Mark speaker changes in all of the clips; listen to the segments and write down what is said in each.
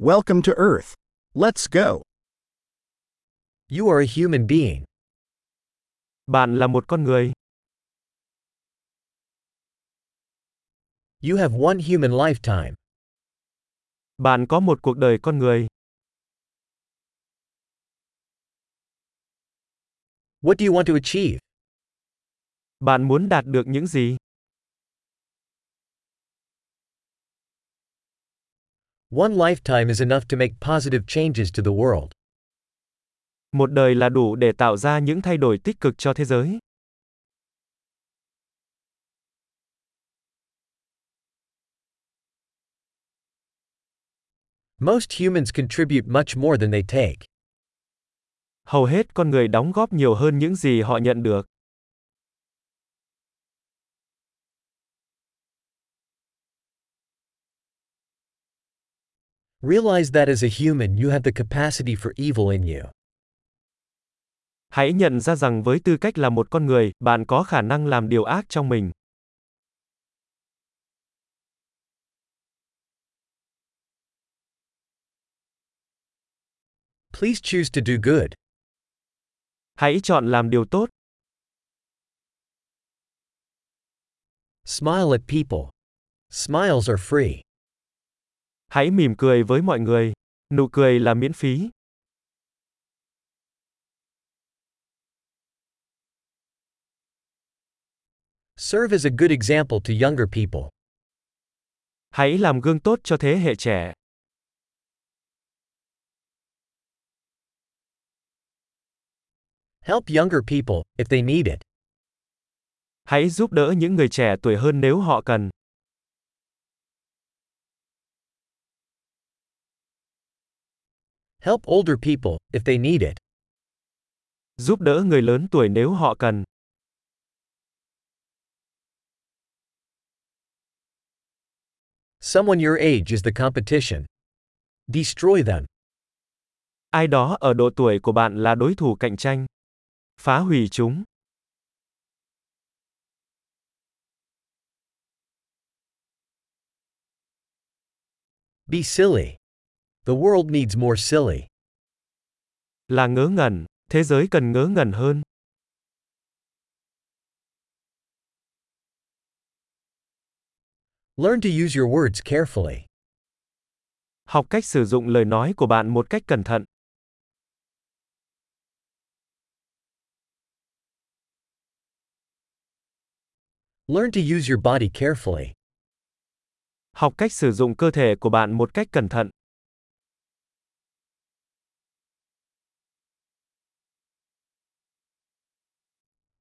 Speaker 1: Welcome to Earth. Let's go.
Speaker 2: You are a human being.
Speaker 3: Bạn là một con người.
Speaker 2: You have one human lifetime.
Speaker 3: Bạn có một cuộc đời con người.
Speaker 2: What do you want to achieve?
Speaker 3: Bạn muốn đạt được những gì?
Speaker 2: One lifetime is enough to make positive changes to the world.
Speaker 3: Một đời là đủ để tạo ra những thay đổi tích cực cho thế giới.
Speaker 2: Most humans contribute much more than they take.
Speaker 3: Hầu hết con người đóng góp nhiều hơn những gì họ nhận được.
Speaker 2: Realize that as a human you have the capacity for evil in you.
Speaker 3: Hãy nhận ra rằng với tư cách là một con người, bạn có khả năng làm điều ác trong mình.
Speaker 2: Please choose to do good.
Speaker 3: Hãy chọn làm điều tốt.
Speaker 2: Smile at people. Smiles are free.
Speaker 3: Hãy mỉm cười với mọi người. Nụ cười là miễn phí.
Speaker 2: Serve as a good example to younger people.
Speaker 3: Hãy làm gương tốt cho thế hệ trẻ.
Speaker 2: Help younger people if they need it.
Speaker 3: Hãy giúp đỡ những người trẻ tuổi hơn nếu họ cần.
Speaker 2: Help older people if they need it.
Speaker 3: Giúp đỡ người lớn tuổi nếu họ cần.
Speaker 2: Someone your age is the competition. Destroy them.
Speaker 3: Ai đó ở độ tuổi của bạn là đối thủ cạnh tranh. Phá hủy chúng.
Speaker 2: Be silly. The world needs more silly.
Speaker 3: Là ngớ ngẩn, thế giới cần ngớ ngẩn hơn.
Speaker 2: Learn to use your words carefully.
Speaker 3: Học cách sử dụng lời nói của bạn một cách cẩn thận.
Speaker 2: Learn to use your body carefully.
Speaker 3: Học cách sử dụng cơ thể của bạn một cách cẩn thận.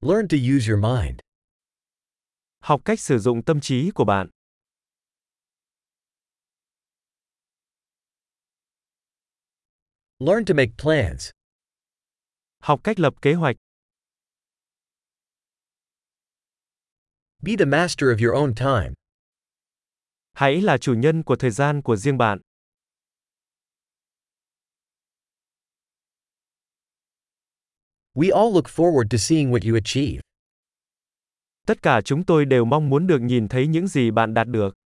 Speaker 2: Learn to use your mind.
Speaker 3: Học cách sử dụng tâm trí của bạn.
Speaker 2: Learn to make plans.
Speaker 3: Học cách lập kế hoạch.
Speaker 2: Be the master of your own time.
Speaker 3: Hãy là chủ nhân của thời gian của riêng bạn.
Speaker 2: We all look forward to seeing what you achieve.
Speaker 3: Tất cả chúng tôi đều mong muốn được nhìn thấy những gì bạn đạt được.